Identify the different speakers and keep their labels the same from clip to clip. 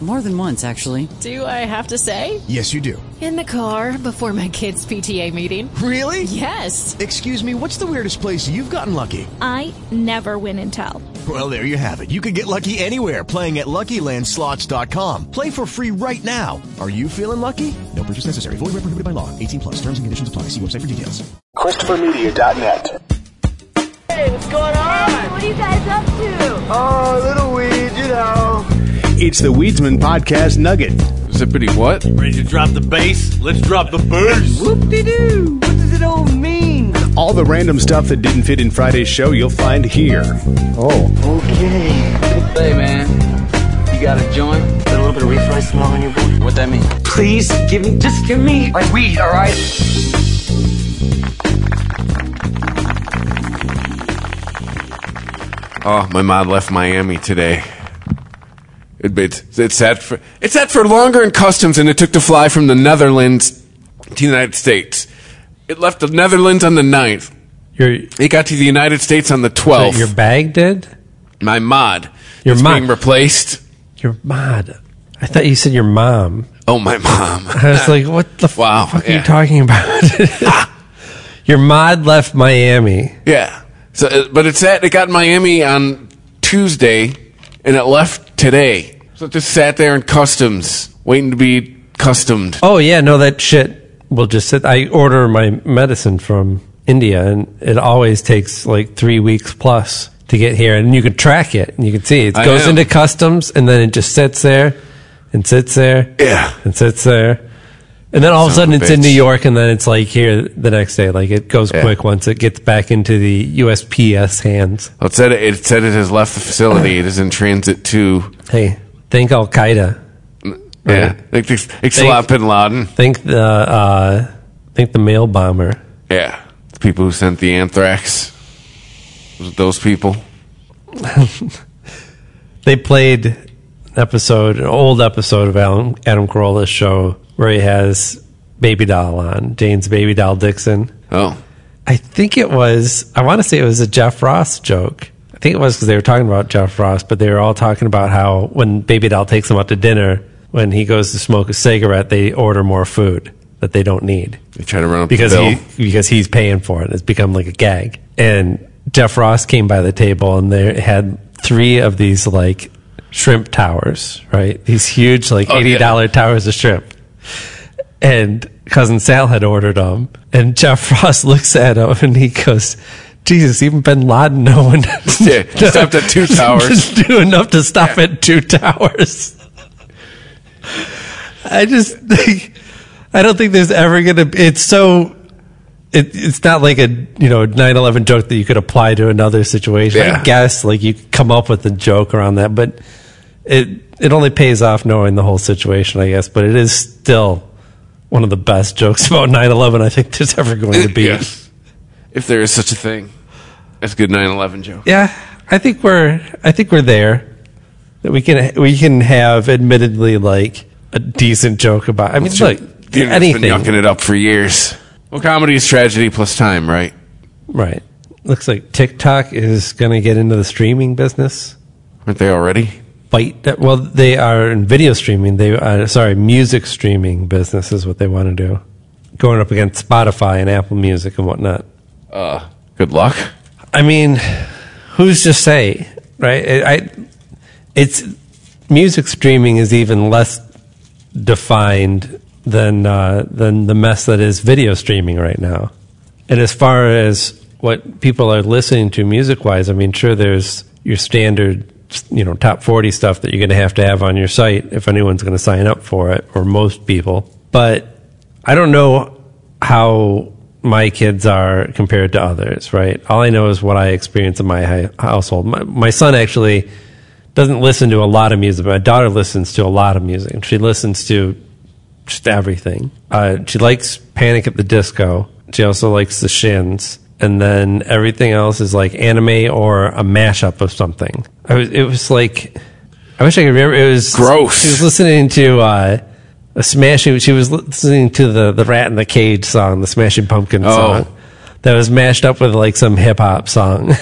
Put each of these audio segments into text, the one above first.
Speaker 1: More than once, actually.
Speaker 2: Do I have to say?
Speaker 3: Yes, you do.
Speaker 4: In the car before my kids' PTA meeting.
Speaker 3: Really?
Speaker 4: Yes.
Speaker 3: Excuse me, what's the weirdest place you've gotten lucky?
Speaker 5: I never win and tell.
Speaker 3: Well, there you have it. You can get lucky anywhere playing at LuckyLandSlots.com. Play for free right now. Are you feeling lucky? No purchase necessary. Void where prohibited by law. 18 plus. Terms and conditions apply. See website for details.
Speaker 6: ChristopherMedia.net.
Speaker 7: Hey, what's going on?
Speaker 8: What are you guys up to?
Speaker 7: Oh, a little weed, you know.
Speaker 9: It's the Weedsman Podcast Nugget.
Speaker 10: Zippity what?
Speaker 11: Ready to drop the bass? Let's drop the bass.
Speaker 7: Whoop-de-doo. What does it all mean?
Speaker 9: All the random stuff that didn't fit in Friday's show you'll find here.
Speaker 12: Oh.
Speaker 7: Okay.
Speaker 13: Hey, man. You got a joint?
Speaker 12: Got a little bit of reefer smell on your board.
Speaker 13: What that mean?
Speaker 12: Please give me, just give me my weed, all right?
Speaker 10: Oh, my mom left Miami today. It, it, it sat for it sat for longer in customs than it took to fly from the Netherlands to the United States. It left the Netherlands on the 9th.
Speaker 14: Your
Speaker 10: It got to the United States on the twelfth.
Speaker 14: your bag did?
Speaker 10: my mod
Speaker 14: Your
Speaker 10: is
Speaker 14: mod.
Speaker 10: being replaced.
Speaker 14: Your mod. I thought you said your mom.
Speaker 10: Oh, my mom.
Speaker 14: I was like, what the
Speaker 10: Wow,
Speaker 14: fuck are
Speaker 10: yeah.
Speaker 14: you talking about? your mod left Miami.
Speaker 10: Yeah. So, uh, but it sat. It got in Miami on Tuesday, and it left today. So it just sat there in customs, waiting to be customed.
Speaker 14: Oh yeah, no that shit will just sit I order my medicine from India and it always takes like three weeks plus to get here and you can track it and you can see it
Speaker 10: I
Speaker 14: goes
Speaker 10: am.
Speaker 14: into customs and then it just sits there and sits there
Speaker 10: Yeah.
Speaker 14: and sits there. And then all of a
Speaker 10: Son
Speaker 14: sudden
Speaker 10: of a
Speaker 14: it's in
Speaker 10: bitch.
Speaker 14: New York and then it's like here the next day. Like it goes
Speaker 10: Yeah.
Speaker 14: quick once it gets back into the USPS hands.
Speaker 10: Well, It said it, it said it has left the facility. It is in transit to.
Speaker 14: Hey, thank Al Qaeda.
Speaker 10: Yeah. Right. Ixalan bin Laden.
Speaker 14: Thank the uh thank the mail bomber.
Speaker 10: Yeah. The people who sent the anthrax. Was it those people?
Speaker 14: they played an episode, an old episode of Adam, Adam Carolla's show where he has Baby Doll on, Dane's Baby Doll Dixon.
Speaker 10: Oh.
Speaker 14: I think it was, I want to say it was a Jeff Ross joke. I think it was because they were talking about Jeff Ross, but they were all talking about how when Baby Doll takes them out to dinner, when he goes to smoke a cigarette, they order more food that they don't need
Speaker 10: They try to run up
Speaker 14: because
Speaker 10: the bill.
Speaker 14: he because he's paying for it. It's become like a gag. And Jeff Ross came by the table and they had three of these like shrimp towers, right? These huge like
Speaker 10: Oh, yeah.
Speaker 14: eighty dollar towers of shrimp. And cousin Sal had ordered them, and Jeff Ross looks at him and he goes. Jesus, even Bin Laden, no one
Speaker 10: Yeah, he stopped at two towers.
Speaker 14: Didn't do enough to stop at two towers. I just think I don't think there's ever gonna. It's so. It, it's not like a you know 9/11 joke that you could apply to another situation.
Speaker 10: Yeah.
Speaker 14: I guess like you could come up with a joke around that, but it it only pays off knowing the whole situation, I guess. But it is still one of the best jokes about 9/11 I think there's ever going to be.
Speaker 10: Yes. If there is such a thing. That's a good 9 11 joke.
Speaker 14: Yeah, I think we're I think we're there. That we can we can have admittedly like a decent joke about. I mean, look,
Speaker 10: You've
Speaker 14: anything,
Speaker 10: been yucking it up for years. Well, comedy is tragedy plus time, right?
Speaker 14: right? Looks like TikTok is going to get into the streaming business.
Speaker 10: Aren't they already?
Speaker 14: fight that. Well, they are in video streaming. They are, sorry, music streaming business is what they want to do. Going up against Spotify and Apple Music and whatnot.
Speaker 10: Uh, good luck.
Speaker 14: I mean, who's to say, right? It, I, it's music streaming is even less defined than uh, than the mess that is video streaming right now. And as far as what people are listening to music wise, I mean, sure, there's your standard, you know, top 40 stuff that you're going to have to have on your site if anyone's going to sign up for it, or most people. But I don't know how my kids are compared to others, right? All I know is what I experience in my hi- household. My, my son actually doesn't listen to a lot of music. My daughter listens to a lot of music. She listens to just everything. Uh, she likes Panic at the Disco. She also likes the Shins. And then everything else is like anime or a mashup of something. I was, it was like, I wish I could remember. It was
Speaker 10: Gross.
Speaker 14: She was listening to uh, a Smashing. She was listening to the the Rat in the Cage song, the Smashing Pumpkin
Speaker 10: Oh.
Speaker 14: song, that was mashed up with like some hip hop song.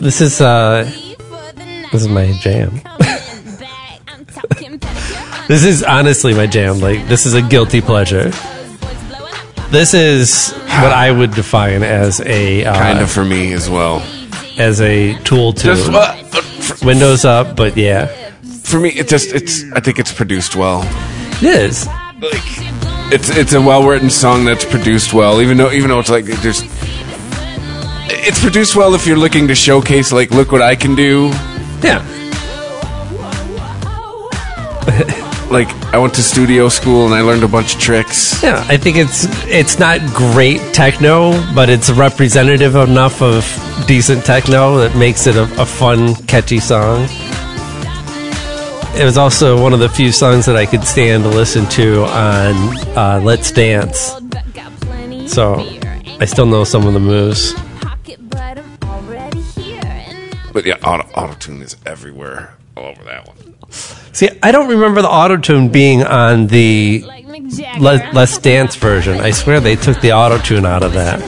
Speaker 14: This is uh this is my jam. this is honestly my jam. Like this is a guilty pleasure. This is what I would define as a uh,
Speaker 10: kind of for me as well.
Speaker 14: as a tool to
Speaker 10: Just, uh,
Speaker 14: Windows up, but yeah,
Speaker 10: For me, it just it's. I think it's produced well.
Speaker 14: it is.
Speaker 10: It's it's a well written song that's produced well. Even though even though it's like it just it's produced well if you're looking to showcase like look what I can do.
Speaker 14: Yeah,
Speaker 10: Like I went to studio school and I learned a bunch of tricks.
Speaker 14: yeah. I think it's it's not great techno, but it's representative enough of decent techno that makes it a, a fun, catchy song. It was also one of the few songs that I could stand to listen to on uh, Let's Dance. So I still know some of the moves.
Speaker 10: But yeah, auto auto tune is everywhere all over that one.
Speaker 14: See, I don't remember the autotune being on the Le- Let's Dance version. I swear they took the autotune out of that.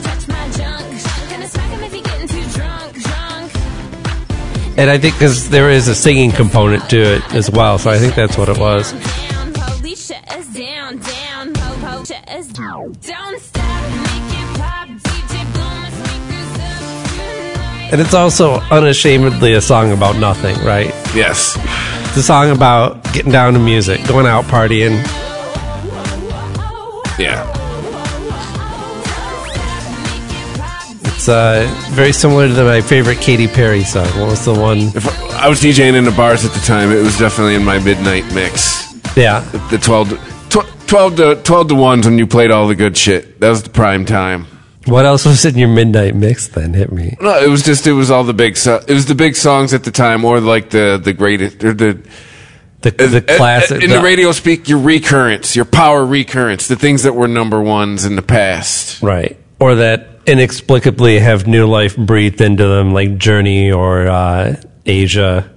Speaker 14: And I think because there is a singing component to it as well, so I think that's what it was. And it's also unashamedly a song about nothing, right?
Speaker 10: Yes.
Speaker 14: It's a song about getting down to music, going out partying,
Speaker 10: Yeah.
Speaker 14: It's uh, very similar to my favorite Katy Perry song. What was the one?
Speaker 10: If I, I was DJing in the bars at the time, it was definitely in my midnight mix.
Speaker 14: Yeah.
Speaker 10: The, the 12, to- tw- 12 to 12 to 1s when you played all the good shit. That was the prime time.
Speaker 14: What else was in your midnight mix? Then hit me.
Speaker 10: No, it was just it was all the big so- it was the big songs at the time, or like the the greatest or the
Speaker 14: The, the
Speaker 10: uh, uh,
Speaker 14: classic.
Speaker 10: in the, radio speak your recurrents, your power recurrents, the things that were number ones in the past.
Speaker 14: right? Or that inexplicably have new life breathed into them, like Journey or uh, Asia.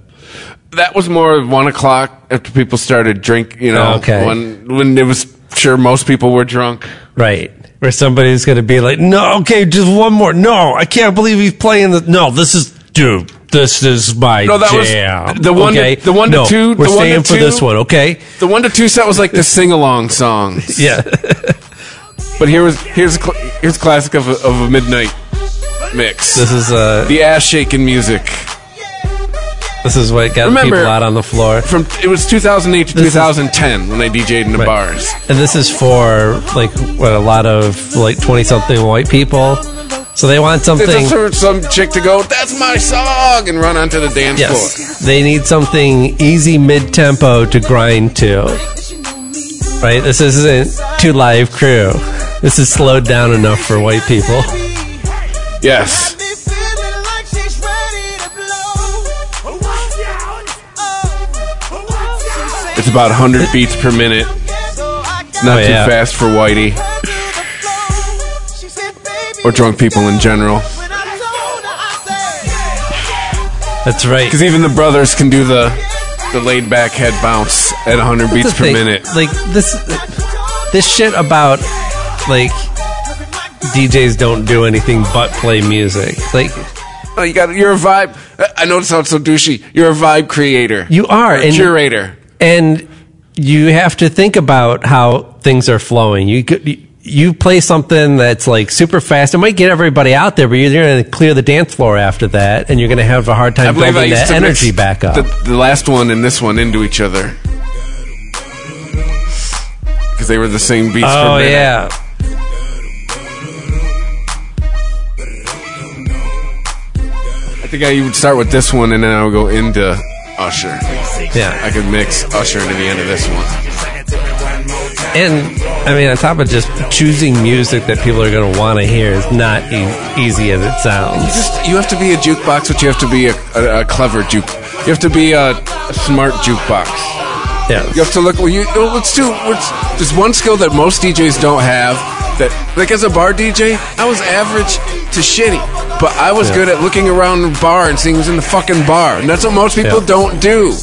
Speaker 10: That was more of one o'clock after people started drink. You know,
Speaker 14: Okay.
Speaker 10: when when it was sure most people were drunk.
Speaker 14: Right. Where somebody's going to be like, no, okay, just one more. No, I can't believe he's playing the. No, this is. Dude, this is my
Speaker 10: No, that was-
Speaker 14: jam.
Speaker 10: the one to-
Speaker 14: okay?
Speaker 10: the one to
Speaker 14: No,
Speaker 10: two-
Speaker 14: We're
Speaker 10: the one to
Speaker 14: staying for
Speaker 10: two-
Speaker 14: this one, okay?
Speaker 10: The one to two set was like the sing along songs.
Speaker 14: Yeah.
Speaker 10: But here was here's a cl- here's a classic of a, of a midnight mix.
Speaker 14: This is uh,
Speaker 10: the ass shaking music
Speaker 14: This is what got
Speaker 10: Remember-
Speaker 14: people out on the floor.
Speaker 10: from it was 2008 to
Speaker 14: This is-
Speaker 10: 2010 when I DJ'd in the
Speaker 14: Right.
Speaker 10: bars.
Speaker 14: And this is for like what a lot of like twenty something white people. So they want something
Speaker 10: It's for some chick to go, that's my song, and run onto the dance floor.
Speaker 14: Yes. They need something easy mid tempo to grind to. Right? This isn't too live crew. This is slowed down enough for white people.
Speaker 10: Yes. It's about 100 beats per minute. Not
Speaker 14: Oh,
Speaker 10: too
Speaker 14: yeah.
Speaker 10: fast for Whitey. Or drunk people in general.
Speaker 14: That's right.
Speaker 10: Because even the brothers can do the the laid back head bounce at 100 beats
Speaker 14: That's the
Speaker 10: per
Speaker 14: thing.
Speaker 10: minute.
Speaker 14: Like this, this shit about like DJs don't do anything but play music. Like
Speaker 10: Oh, you got you're a vibe. uh, I know it sounds so douchey. You're a vibe creator.
Speaker 14: You are
Speaker 10: a curator.
Speaker 14: and you have to think about how things are flowing. You could, you play something that's like super fast. It might get everybody out there, but you're going to clear the dance floor after that, and you're going to have a hard time building that energy
Speaker 10: mix
Speaker 14: back up.
Speaker 10: The, the last one and this one into each other because they were the same beats. for
Speaker 14: oh
Speaker 10: a minute.
Speaker 14: yeah,
Speaker 10: I think I would start with this one and then I would go into Usher.
Speaker 14: Yeah.
Speaker 10: I could mix Usher to the end of this one.
Speaker 14: and I mean on top of just choosing music that people are going to want to hear is not e- easy as it sounds.
Speaker 10: Just, you have to be a jukebox, but you have to be a, a, a clever juke. You have to be a, a smart jukebox.
Speaker 14: Yeah.
Speaker 10: You have to look. Well, you, well, let's do. Let's, there's one skill that most DJs don't have. That like as a bar DJ, I was average to shitty, but I was
Speaker 8: Yeah.
Speaker 10: good at looking around the bar and seeing who's in the fucking bar, and that's what most people
Speaker 14: Yeah.
Speaker 10: don't do.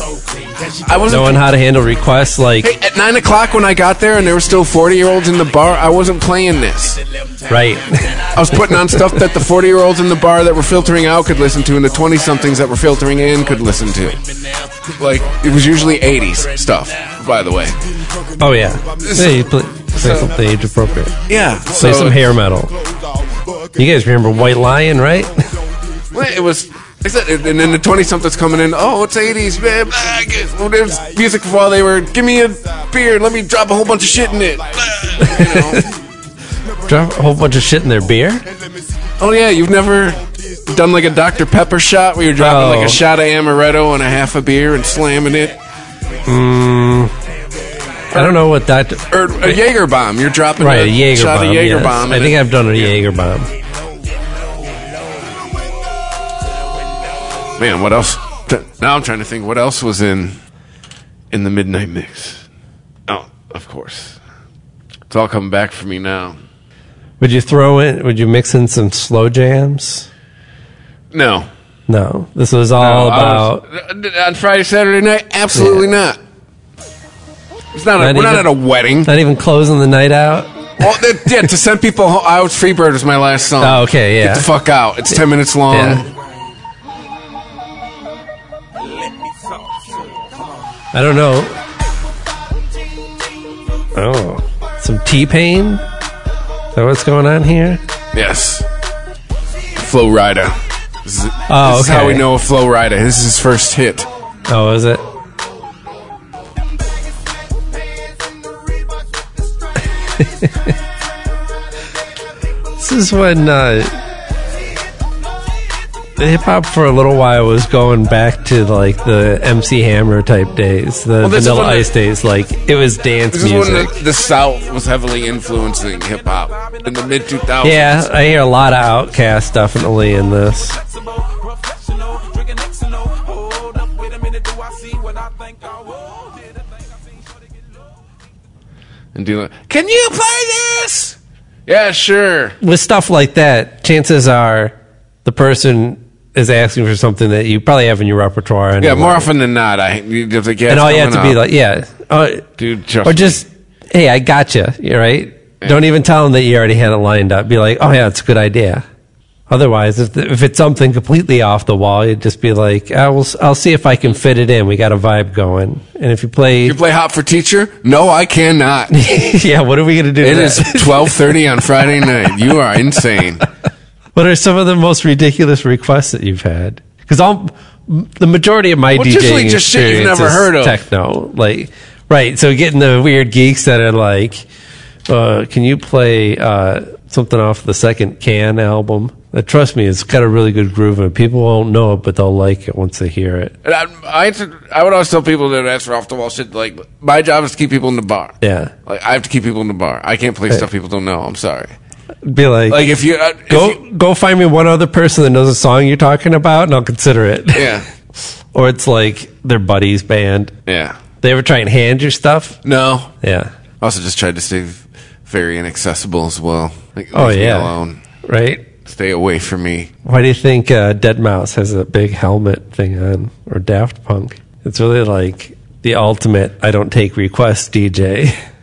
Speaker 10: I wasn't
Speaker 14: Knowing how to handle requests, like
Speaker 10: Hey, at nine o'clock when I got there, and there were still forty-year-olds in the bar. I wasn't playing this.
Speaker 14: right.
Speaker 10: I was putting on stuff that the forty-year-olds in the bar that were filtering out could listen to, and the twenty-somethings that were filtering in could listen to. Like it was usually eighties stuff, by the way.
Speaker 14: Oh yeah, yeah you play, play something age appropriate.
Speaker 10: Yeah,
Speaker 14: play
Speaker 10: so-
Speaker 14: some hair metal. You guys remember White Lion, right?
Speaker 10: Well, It was. I said, and then the twenty-somethings coming in. Oh, it's eighties, man. Ah, I guess- well, there was music while they were. Give me a beer. Let me drop a whole bunch of shit in it.
Speaker 14: Drop a whole bunch of shit in their beer.
Speaker 10: Oh yeah, you've never done like a Dr Pepper shot where you're dropping
Speaker 14: Oh.
Speaker 10: like a shot of amaretto and a half a beer and slamming it.
Speaker 14: Mm, I don't know what that.
Speaker 10: Or a Jaeger bomb. You're dropping
Speaker 14: Right,
Speaker 10: a
Speaker 14: a Jaeger
Speaker 10: shot
Speaker 14: bomb.
Speaker 10: of Jaeger
Speaker 14: yes.
Speaker 10: bomb.
Speaker 14: I
Speaker 10: and
Speaker 14: think
Speaker 10: it-
Speaker 14: I've done a Jaeger bomb.
Speaker 10: man, what else? Now I'm trying to think. What else was in in the midnight mix? Oh, of course. It's all coming back for me now.
Speaker 14: Would you throw in? Would you mix in some slow jams?
Speaker 10: No,
Speaker 14: No, this was all
Speaker 10: No, I
Speaker 14: about.
Speaker 10: was- uh, on Friday, Saturday night. Absolutely not. It's not. A, we're not at a wedding.
Speaker 14: Not even closing the night out.
Speaker 10: Well, that, yeah, to send people home. I was Freebird was my last song.
Speaker 14: Oh, okay, yeah.
Speaker 10: Get the fuck out. It's ten minutes long.
Speaker 14: Yeah. I don't know. Oh, some T Pain. Is that what's going on here?
Speaker 10: Yes. Flow Rida. This is,
Speaker 14: Oh,
Speaker 10: this is how
Speaker 14: okay.
Speaker 10: we know a Flow Rida. This is his first hit.
Speaker 14: Oh, is it? this is when uh, hip hop for a little while was going back to like the MC Hammer type days, the
Speaker 10: Well, this is
Speaker 14: Vanilla
Speaker 10: when the-
Speaker 14: Ice days. Like it was dance
Speaker 10: This
Speaker 14: music.
Speaker 10: is when the, the South was heavily influencing hip hop in the mid 2000s.
Speaker 14: yeah, I hear a lot of Outcast definitely in this.
Speaker 10: And do like, can you play this? Yeah, sure.
Speaker 14: with stuff like that, chances are the person is asking for something that you probably have in your repertoire. Anyway.
Speaker 10: Yeah, more often than not, I you just like, yeah,
Speaker 14: and
Speaker 10: it's
Speaker 14: all you have to
Speaker 10: coming
Speaker 14: be
Speaker 10: up.
Speaker 14: like, yeah, uh,
Speaker 10: dude, trust
Speaker 14: or
Speaker 10: me.
Speaker 14: just hey, I gotcha. You right? Don't even tell them that you already had it lined up. Be like, oh yeah, it's a good idea. Otherwise, if, the, if it's something completely off the wall, you'd just be like, I will, s- I'll see if I can fit it in. We got a vibe going. And if you play,
Speaker 10: You play Hop for Teacher? No, I cannot. It
Speaker 14: yeah, what are we going to do? to
Speaker 10: is
Speaker 14: that?
Speaker 10: 12:30 on Friday night. You are insane.
Speaker 14: What are some of the most ridiculous requests that you've had? Because all the majority of my
Speaker 10: Well,
Speaker 14: DJing
Speaker 10: usually just shit you've
Speaker 14: experience
Speaker 10: never
Speaker 14: is
Speaker 10: heard of.
Speaker 14: techno, like right. So getting the weird geeks that are like, uh, "Can you play uh, something off the second Can album?" Uh, trust me, it's got a really good groove, and people won't know it, but they'll like it once they hear it.
Speaker 10: And I, I, used to- I would always tell people that that's off the wall shit. Like my job is to keep people in the bar.
Speaker 14: Yeah,
Speaker 10: Like I have to keep people in the bar. I can't play
Speaker 14: Hey.
Speaker 10: stuff people don't know. I'm sorry.
Speaker 14: be like,
Speaker 10: Like if you, uh, if
Speaker 14: go
Speaker 10: you-
Speaker 14: go find me one other person that knows a song you're talking about, and I'll consider it.
Speaker 10: yeah,
Speaker 14: or it's like their buddy's band.
Speaker 10: yeah.
Speaker 14: They ever try and hand you stuff?
Speaker 10: No.
Speaker 14: Yeah.
Speaker 10: I also just tried to stay very inaccessible as well. Like,
Speaker 14: Oh,
Speaker 10: leave me
Speaker 14: yeah.
Speaker 10: alone.
Speaker 14: Right?
Speaker 10: Stay away from me.
Speaker 14: Why do you think uh, Dead Mouse has a big helmet thing on, or Daft Punk? It's really like the ultimate I don't take requests DJ.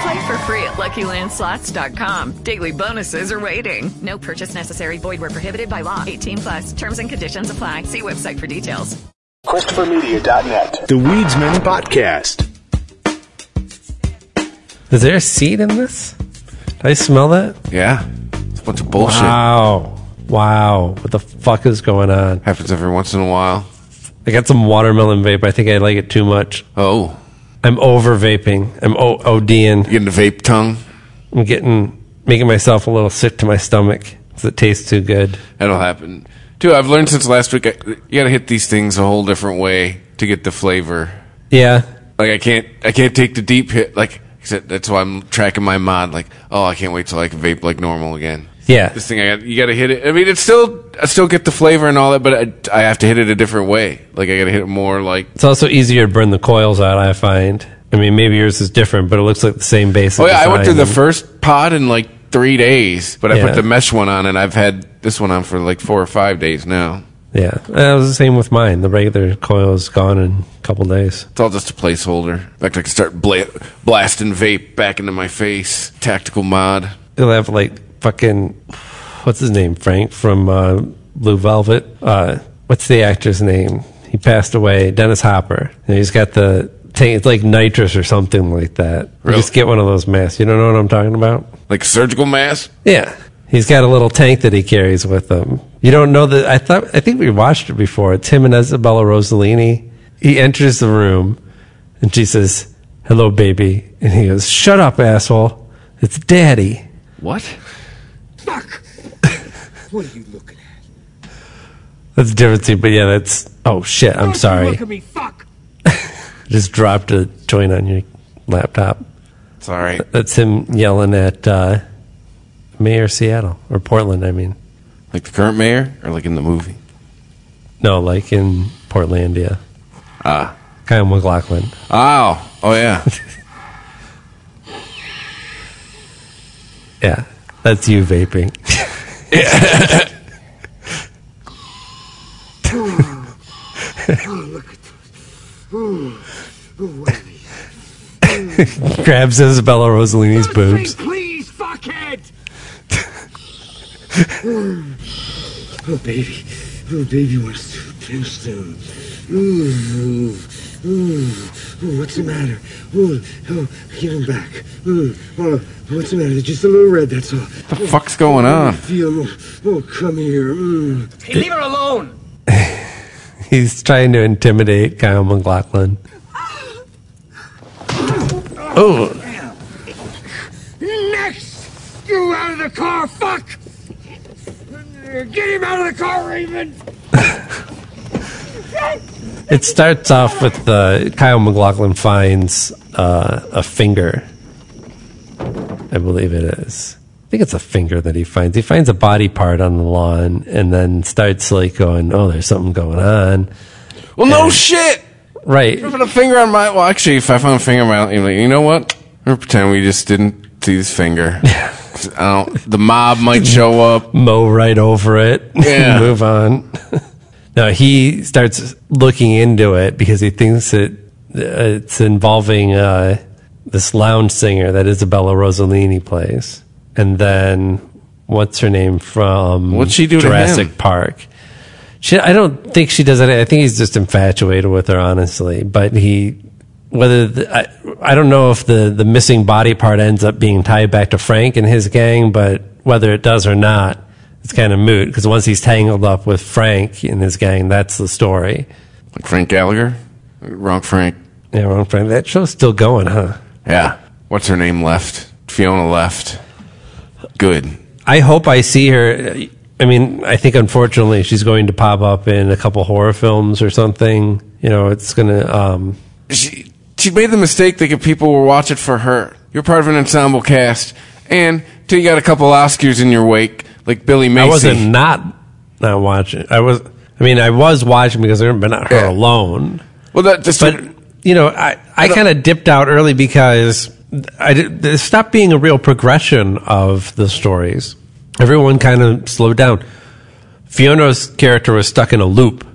Speaker 15: Play for free at LuckyLandSlots.com. Daily bonuses are waiting. No purchase necessary. Void where prohibited by law. 18 plus. Terms and conditions apply. See website for details.
Speaker 6: ChristopherMedia.net.
Speaker 9: The Weedsman Podcast.
Speaker 14: Is there a seed in this? Did I smell that?
Speaker 10: Yeah. It's a bunch of bullshit.
Speaker 14: Wow. Wow. What the fuck is going on?
Speaker 10: Happens every once in a while.
Speaker 14: I got some watermelon vape. I think I like it too much.
Speaker 10: Oh.
Speaker 14: I'm over vaping. I'm o- ODing.
Speaker 10: You getting the vape tongue?
Speaker 14: I'm getting, making myself a little sick to my stomach 'cause it tastes too good.
Speaker 10: That'll happen. Dude, I've learned since last week, I, you gotta hit these things a whole different way to get the flavor.
Speaker 14: Yeah.
Speaker 10: Like, I can't, I can't take the deep hit. Like, except that's why I'm tracking my mod. Like, oh, I can't wait till I can vape like normal again.
Speaker 14: Yeah.
Speaker 10: This thing, I got, you gotta hit it. I mean, it's still, I still get the flavor and all that, but I, I have to hit it a different way. Like, I gotta hit it more like,
Speaker 14: It's also easier to burn the coils out, I find. I mean, maybe yours is different, but it looks like the same basic.
Speaker 10: Oh yeah, I went through
Speaker 14: design.
Speaker 10: the first pod in like three days, but I
Speaker 14: Yeah.
Speaker 10: put the mesh one on, and I've had this one on for like four or five days now.
Speaker 14: Yeah, that was the same with mine. The regular coil is gone in a couple days.
Speaker 10: It's all just a placeholder. In fact, I can start bla- blasting vape back into my face. Tactical mod.
Speaker 14: It'll have like fucking what's his name, Frank from uh, Blue Velvet. Uh, what's the actor's name? He passed away, Dennis Hopper. And he's got the thing. It's like nitrous or something like that. You
Speaker 10: Really?
Speaker 14: Just get one of those masks. You don't know what I'm talking about?
Speaker 10: Like surgical mask?
Speaker 14: Yeah. He's got a little tank that he carries with him. You don't know that. I thought. I think we watched it before. It's him and Isabella Rossellini. He enters the room, and she says, "Hello, baby," and he goes, "Shut up, asshole! It's daddy."
Speaker 10: What?
Speaker 7: What are you looking
Speaker 14: That's the difference. here, But yeah, that's. Oh shit! I'm sorry.
Speaker 7: Look at me, fuck.
Speaker 14: Just dropped a joint on your laptop.
Speaker 10: It's all right.
Speaker 14: That's him yelling at uh, Mayor of Seattle or Portland. I mean,
Speaker 10: Like the current mayor, or like in the movie?
Speaker 14: no, like in Portlandia.
Speaker 10: Ah.
Speaker 14: Kyle McLaughlin.
Speaker 10: Oh. Oh yeah.
Speaker 14: Yeah, that's you vaping.
Speaker 7: Ooh, ooh, what are these?
Speaker 14: Grabs Isabella Rossellini's boobs.
Speaker 7: Please, please, fuckhead. oh, baby. Oh, baby wants to pinch them. Ooh, ooh, ooh, ooh, what's the matter? Ooh, oh, get him back. Ooh, oh, what's the matter? They're just a little red, that's all. What
Speaker 10: the fuck's going on?
Speaker 7: Feel, oh, oh, come here. mm. Ooh. Hey, leave her alone.
Speaker 14: He's trying to intimidate Kyle McLaughlin. Oh,
Speaker 7: Next! You out of the car, fuck! Get him out of the car, Raven!
Speaker 14: it starts off with uh, Kyle McLaughlin finds uh, a finger. I believe it is. I think it's a finger that he finds. He finds a body part on the lawn and then starts like going, "Oh, there's something going on."
Speaker 10: well, no shit.
Speaker 14: Right.
Speaker 10: I put a finger on my. Well, actually, if I found a finger on my, you know, you know what? We're pretend we just didn't see this finger. I don't. The mob might show up.
Speaker 14: mow right over it
Speaker 10: Yeah.
Speaker 14: move on. now he starts looking into it because he thinks that uh, it's involving uh, this lounge singer that Isabella Rossellini plays, and then what's her name from
Speaker 10: What'd she do to
Speaker 14: Jurassic
Speaker 10: him?
Speaker 14: Park? She, I don't think she does it. I think he's just infatuated with her, honestly. But he, whether the, I, I don't know if the the missing body part ends up being tied back to Frank and his gang, but whether it does or not, it's kind of moot because once he's tangled up with Frank and his gang, that's the story.
Speaker 10: Like Frank Gallagher? Wrong Frank.
Speaker 14: Yeah, wrong Frank. That show's still going, huh?
Speaker 10: Yeah. What's her name left? Fiona left. Good.
Speaker 14: I hope I see her. I mean, I think unfortunately she's going to pop up in a couple horror films or something. You know, it's going to. Um,
Speaker 10: She, she made the mistake thinking people were watching for her. You're part of an ensemble cast. And till you got a couple Oscars in your wake, like Billy Macy.
Speaker 14: I wasn't not not watching. I was. I mean, I was watching because I but not her alone.
Speaker 10: Well, that just.
Speaker 14: But you know, I I kind of dipped out early because I did, there stopped being a real progression of the stories. Everyone kind of slowed down. Fiona's character was stuck in a loop,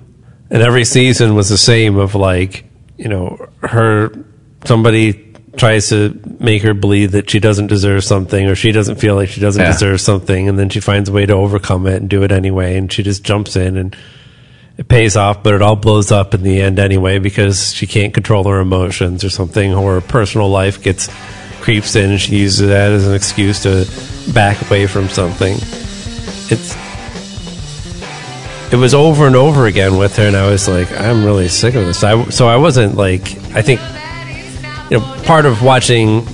Speaker 14: and every season was the same. Of like, you know, her somebody tries to make her believe that she doesn't deserve something or she doesn't feel like she doesn't
Speaker 10: Yeah.
Speaker 14: deserve something and then she finds a way to overcome it and do it anyway and she just jumps in and it pays off but it all blows up in the end anyway because she can't control her emotions or something or her personal life gets creeps in and she uses that as an excuse to back away from something it's it was over and over again with her, and I was like, I'm really sick of this. I, so I wasn't like, I think, you know, part of watching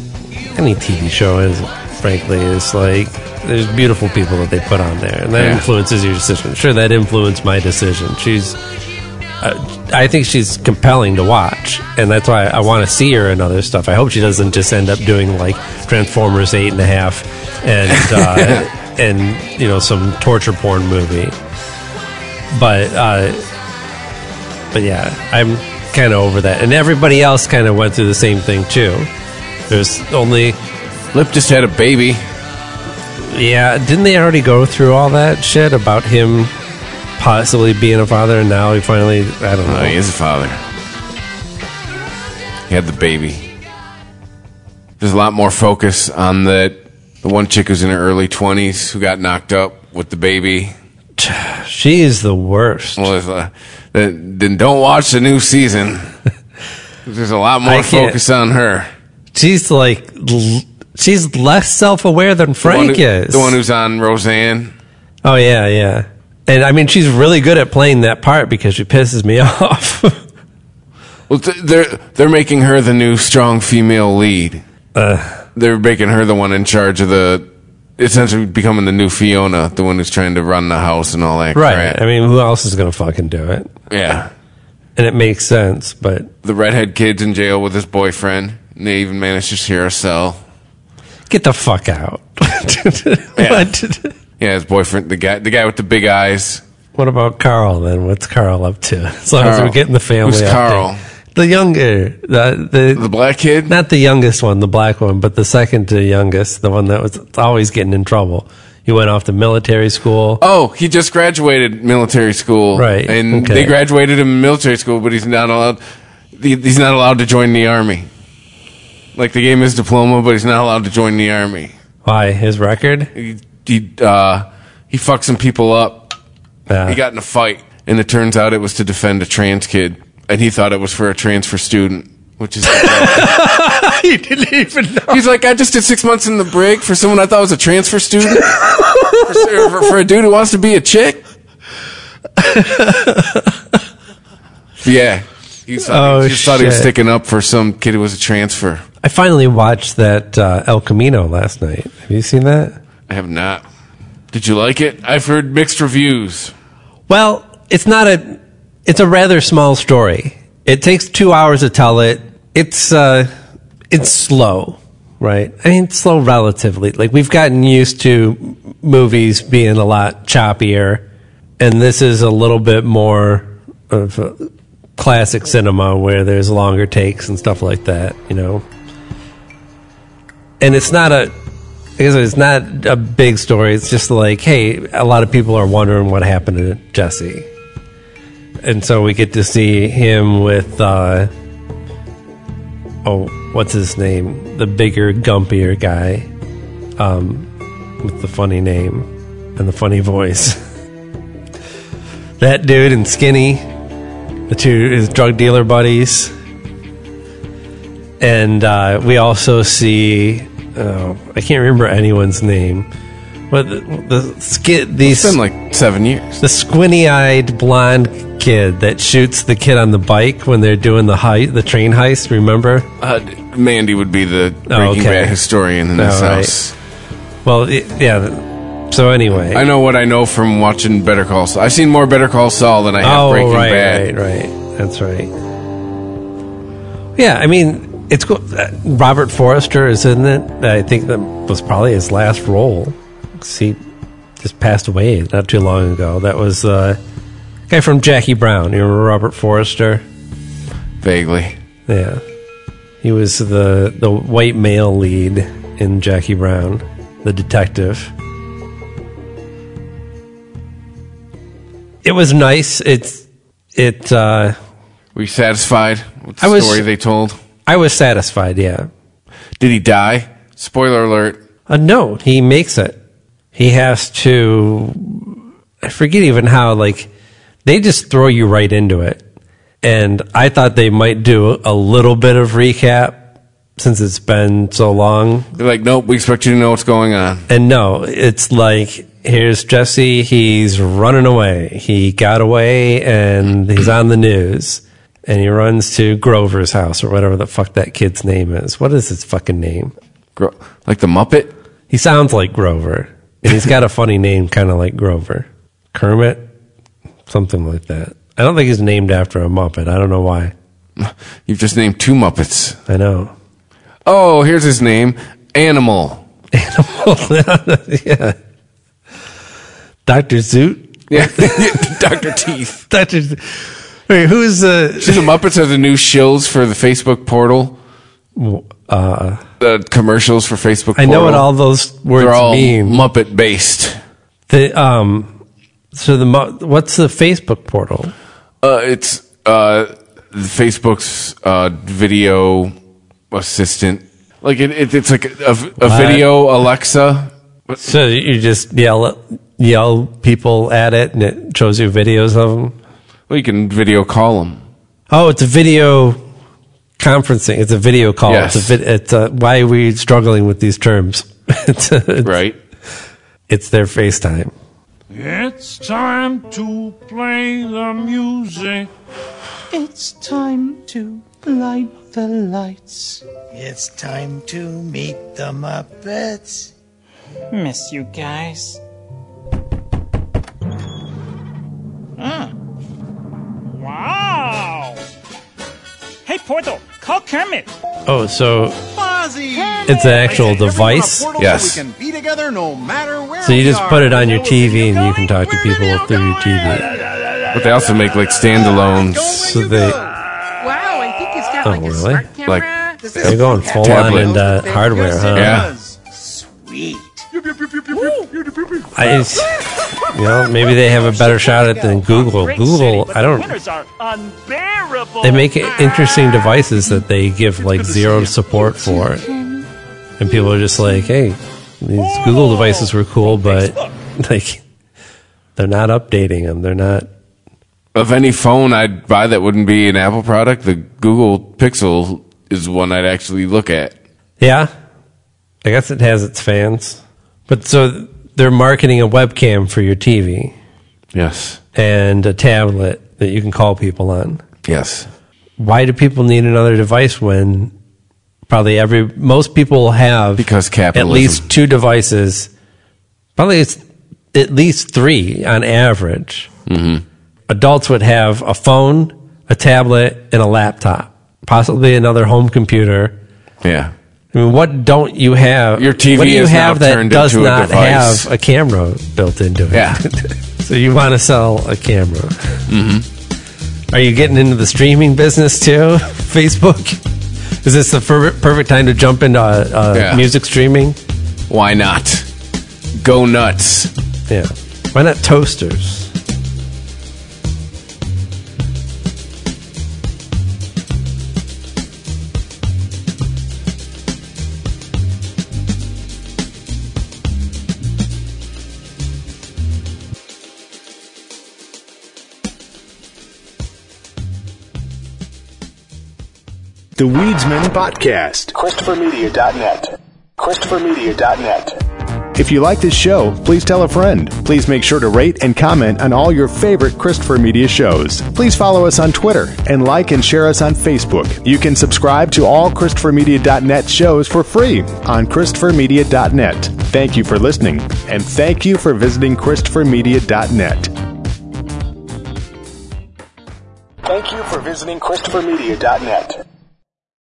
Speaker 14: any TV show is, frankly, is like there's beautiful people that they put on there, and that
Speaker 10: Yeah.
Speaker 14: influences your decision. Sure, that influenced my decision. She's, uh, I think she's compelling to watch, and that's why I want to see her in other stuff. I hope she doesn't just end up doing like Transformers eight and a half, and uh, and you know some torture porn movie but uh, but yeah, I'm kind of over that. And everybody else kind of went through the same thing too. There's only
Speaker 10: Lip just had a baby.
Speaker 14: Yeah, didn't they already go through all that shit about him possibly being a father, and now he finally I don't know.
Speaker 10: Oh, he is a father. He had the baby. There's a lot more focus on the the one chick who's in her early twenties who got knocked up with the baby.
Speaker 14: She is the worst.
Speaker 10: Well, there's a- then then don't watch the new season. There's a lot more
Speaker 14: I can't-
Speaker 10: focus on her.
Speaker 14: She's like l- she's less self aware than
Speaker 10: The one
Speaker 14: Frank
Speaker 10: who-
Speaker 14: is.
Speaker 10: the one who's on Roseanne.
Speaker 14: oh yeah, yeah. And I mean, she's really good at playing that part because she pisses me off.
Speaker 10: Well, th- they're they're making her the new strong female lead.
Speaker 14: Uh.
Speaker 10: they're making her the one in charge of the, essentially becoming the new Fiona, the one who's trying to run the house and all that.
Speaker 14: right.
Speaker 10: crap.
Speaker 14: I mean, who else is going to fucking do it?
Speaker 10: Yeah.
Speaker 14: And it makes sense, but
Speaker 10: The redhead kid's in jail with his boyfriend. And they even managed to share a cell.
Speaker 14: get the fuck out.
Speaker 10: Yeah. yeah, his boyfriend, the guy, the guy with the big eyes.
Speaker 14: What about Carl then? What's Carl up to? As long as we're
Speaker 10: Carl.
Speaker 14: getting the family.
Speaker 10: Who's
Speaker 14: update.
Speaker 10: Carl?
Speaker 14: The younger, the, the the
Speaker 10: black kid.
Speaker 14: Not the youngest one, the black one, but the second to youngest, the one that was always getting in trouble. He went off to military school.
Speaker 10: Oh, he just graduated military school,
Speaker 14: Right,
Speaker 10: And
Speaker 14: okay.
Speaker 10: they graduated him military school, but he's not allowed. he- He's not allowed to join the army. Like they gave him his diploma, but he's not allowed to join the army.
Speaker 14: Why? His record?
Speaker 10: He he, uh, he fucked some people up.
Speaker 14: Yeah.
Speaker 10: He got in a fight, and it turns out it was to defend a trans kid, and he thought it was for a transfer student, which is.
Speaker 14: he didn't even know.
Speaker 10: He's like, I just did six months in the brig for someone I thought was a transfer student. for, er, for- for a dude who wants to be a chick. yeah. He just thought,
Speaker 14: Oh,
Speaker 10: he, just thought he was
Speaker 14: shit.
Speaker 10: sticking up for some kid who was a transfer.
Speaker 14: I finally watched that uh, El Camino last night. Have you seen that?
Speaker 10: I have not. Did you like it? I've heard mixed reviews.
Speaker 14: Well, it's not a. It's a rather small story. It takes two hours to tell it. It's uh, it's slow, right? I mean, slow relatively. Like we've gotten used to m- movies being a lot choppier, and this is a little bit more of a classic cinema where there's longer takes and stuff like that. You know, and it's not a I guess it's not a big story. It's just like, hey, a lot of people are wondering what happened to Jesse, and so we get to see him with, uh, oh, what's his name? The bigger, gumpier guy, um, with the funny name and the funny voice. that dude and Skinny, the two his drug dealer buddies and uh, we also see oh, I can't remember anyone's name, but the, the skit these
Speaker 10: It's been like seven years.
Speaker 14: the squinty-eyed blonde kid that shoots the kid on the bike when they're doing the hei- the train heist. Remember?
Speaker 10: Uh, Mandy would be the Breaking
Speaker 14: Oh, okay.
Speaker 10: Bad historian in this
Speaker 14: All right.
Speaker 10: house.
Speaker 14: Well, it, yeah. So anyway,
Speaker 10: I know what I know from watching Better Call Saul. I've seen more Better Call Saul than I have
Speaker 14: oh
Speaker 10: Breaking
Speaker 14: right,
Speaker 10: Bad.
Speaker 14: right, right. That's right. Yeah, I mean, it's cool. Uh, Robert Forrester is in it. I think that was probably his last role. 'Cause He just passed away not too long ago. That was uh, guy from Jackie Brown. You remember Robert Forrester?
Speaker 10: Vaguely.
Speaker 14: Yeah, he was the the white male lead in Jackie Brown, the detective. It was nice. It's it. Uh,
Speaker 10: Were you satisfied with the
Speaker 14: I was-
Speaker 10: story they told?
Speaker 14: I was satisfied. Yeah.
Speaker 10: Did he die? Spoiler alert.
Speaker 14: Uh, no, he makes it. He has to. I forget even how. Like they just throw you right into it, and I thought they might do a little bit of recap since it's been so long.
Speaker 10: They're like, nope, we expect you to know what's going on.
Speaker 14: And no, it's like here's Jesse. He's running away. He got away, and he's on the news. And he runs to Grover's house or whatever the fuck that kid's name is. What is his fucking name?
Speaker 10: Gro- like the Muppet?
Speaker 14: He sounds like Grover, and he's got a funny name, kind of like Grover, Kermit, something like that. I don't think he's named after a Muppet. I don't know why.
Speaker 10: You've just named two Muppets.
Speaker 14: I know.
Speaker 10: Oh, here's his name Animal.
Speaker 14: yeah. Doctor Zoot.
Speaker 10: Yeah. Dr. Teeth.
Speaker 14: Doctor. Wait, uh, who's the?
Speaker 10: See, the Muppets are the new shills for the Facebook portal.
Speaker 14: Uh,
Speaker 10: The commercials for Facebook
Speaker 14: I know
Speaker 10: portal.
Speaker 14: what all those words
Speaker 10: They're all
Speaker 14: mean.
Speaker 10: Muppet based.
Speaker 14: The um. So the Mu- what's the Facebook portal?
Speaker 10: Uh, it's uh, Facebook's uh, video assistant. Like it, it, it's like a, a
Speaker 14: What?
Speaker 10: video Alexa.
Speaker 14: So you just yell yell people at it, and it shows you videos of them.
Speaker 10: Well, you can video call them.
Speaker 14: Oh, it's a video conferencing. It's a video call. It's a vid- it's a, why are we struggling with these terms? it's, it's-
Speaker 10: Right.
Speaker 14: It's their FaceTime.
Speaker 16: It's time to play the music.
Speaker 17: It's time to light the lights.
Speaker 18: It's time to meet the Muppets.
Speaker 17: Miss you guys. Hmm.
Speaker 18: Wow! Hey, Portal, call Kermit.
Speaker 14: Oh, so
Speaker 18: Fozzie!
Speaker 14: it's an actual device.
Speaker 18: be together no matter where.
Speaker 14: So you just put it on your TV and you can talk to people through your TV.
Speaker 10: But they also make like standalones.
Speaker 14: So they.
Speaker 18: Wow, I think it's got
Speaker 14: Oh, really?
Speaker 10: Like
Speaker 14: They're going full
Speaker 10: Tablet.
Speaker 14: on and uh, hardware, huh?
Speaker 10: Yeah.
Speaker 18: Sweet.
Speaker 14: I, it's- you know, maybe they have a better shot at it than Google. Google, I don't.
Speaker 18: are unbearable.
Speaker 14: They make interesting devices that they give like zero support for, and people are just like, "Hey, these Google devices were cool, but like they're not updating them. They're not."
Speaker 10: Of any phone I'd buy that wouldn't be an Apple product, the Google Pixel is one I'd actually look at.
Speaker 14: Yeah, I guess it has its fans, but so they're marketing a webcam for your TV
Speaker 10: Yes.
Speaker 14: and a tablet that you can call people on.
Speaker 10: Yes.
Speaker 14: Why do people need another device when probably every most people have
Speaker 10: Because capitalism.
Speaker 14: at least two devices. Probably it's at least three on average.
Speaker 10: Mhm.
Speaker 14: Adults would have a phone, a tablet, and a laptop, possibly another home computer.
Speaker 10: Yeah.
Speaker 14: I mean, what don't you have?
Speaker 10: Your TV
Speaker 14: what do you
Speaker 10: is now
Speaker 14: have that
Speaker 10: turned
Speaker 14: does
Speaker 10: into a
Speaker 14: not
Speaker 10: device.
Speaker 14: have a camera built into it?
Speaker 10: Yeah.
Speaker 14: so you want to sell a camera? Mm-hmm. Are you getting into the streaming business too? Facebook? Is this the fer- perfect time to jump into uh, uh,
Speaker 10: Yeah.
Speaker 14: music streaming?
Speaker 10: Why not? Go nuts.
Speaker 14: Yeah. Why not toasters?
Speaker 9: The Weedsman
Speaker 6: Podcast. ChristopherMedia.net. ChristopherMedia.net.
Speaker 7: If you like this show, please tell a friend. Please make sure to rate and comment on all your favorite Christopher Media shows. Please follow us on Twitter and like and share us on Facebook. You can subscribe to all ChristopherMedia.net shows for free on ChristopherMedia.net. Thank you for listening, and thank you for visiting ChristopherMedia.net.
Speaker 6: Thank you for visiting ChristopherMedia.net.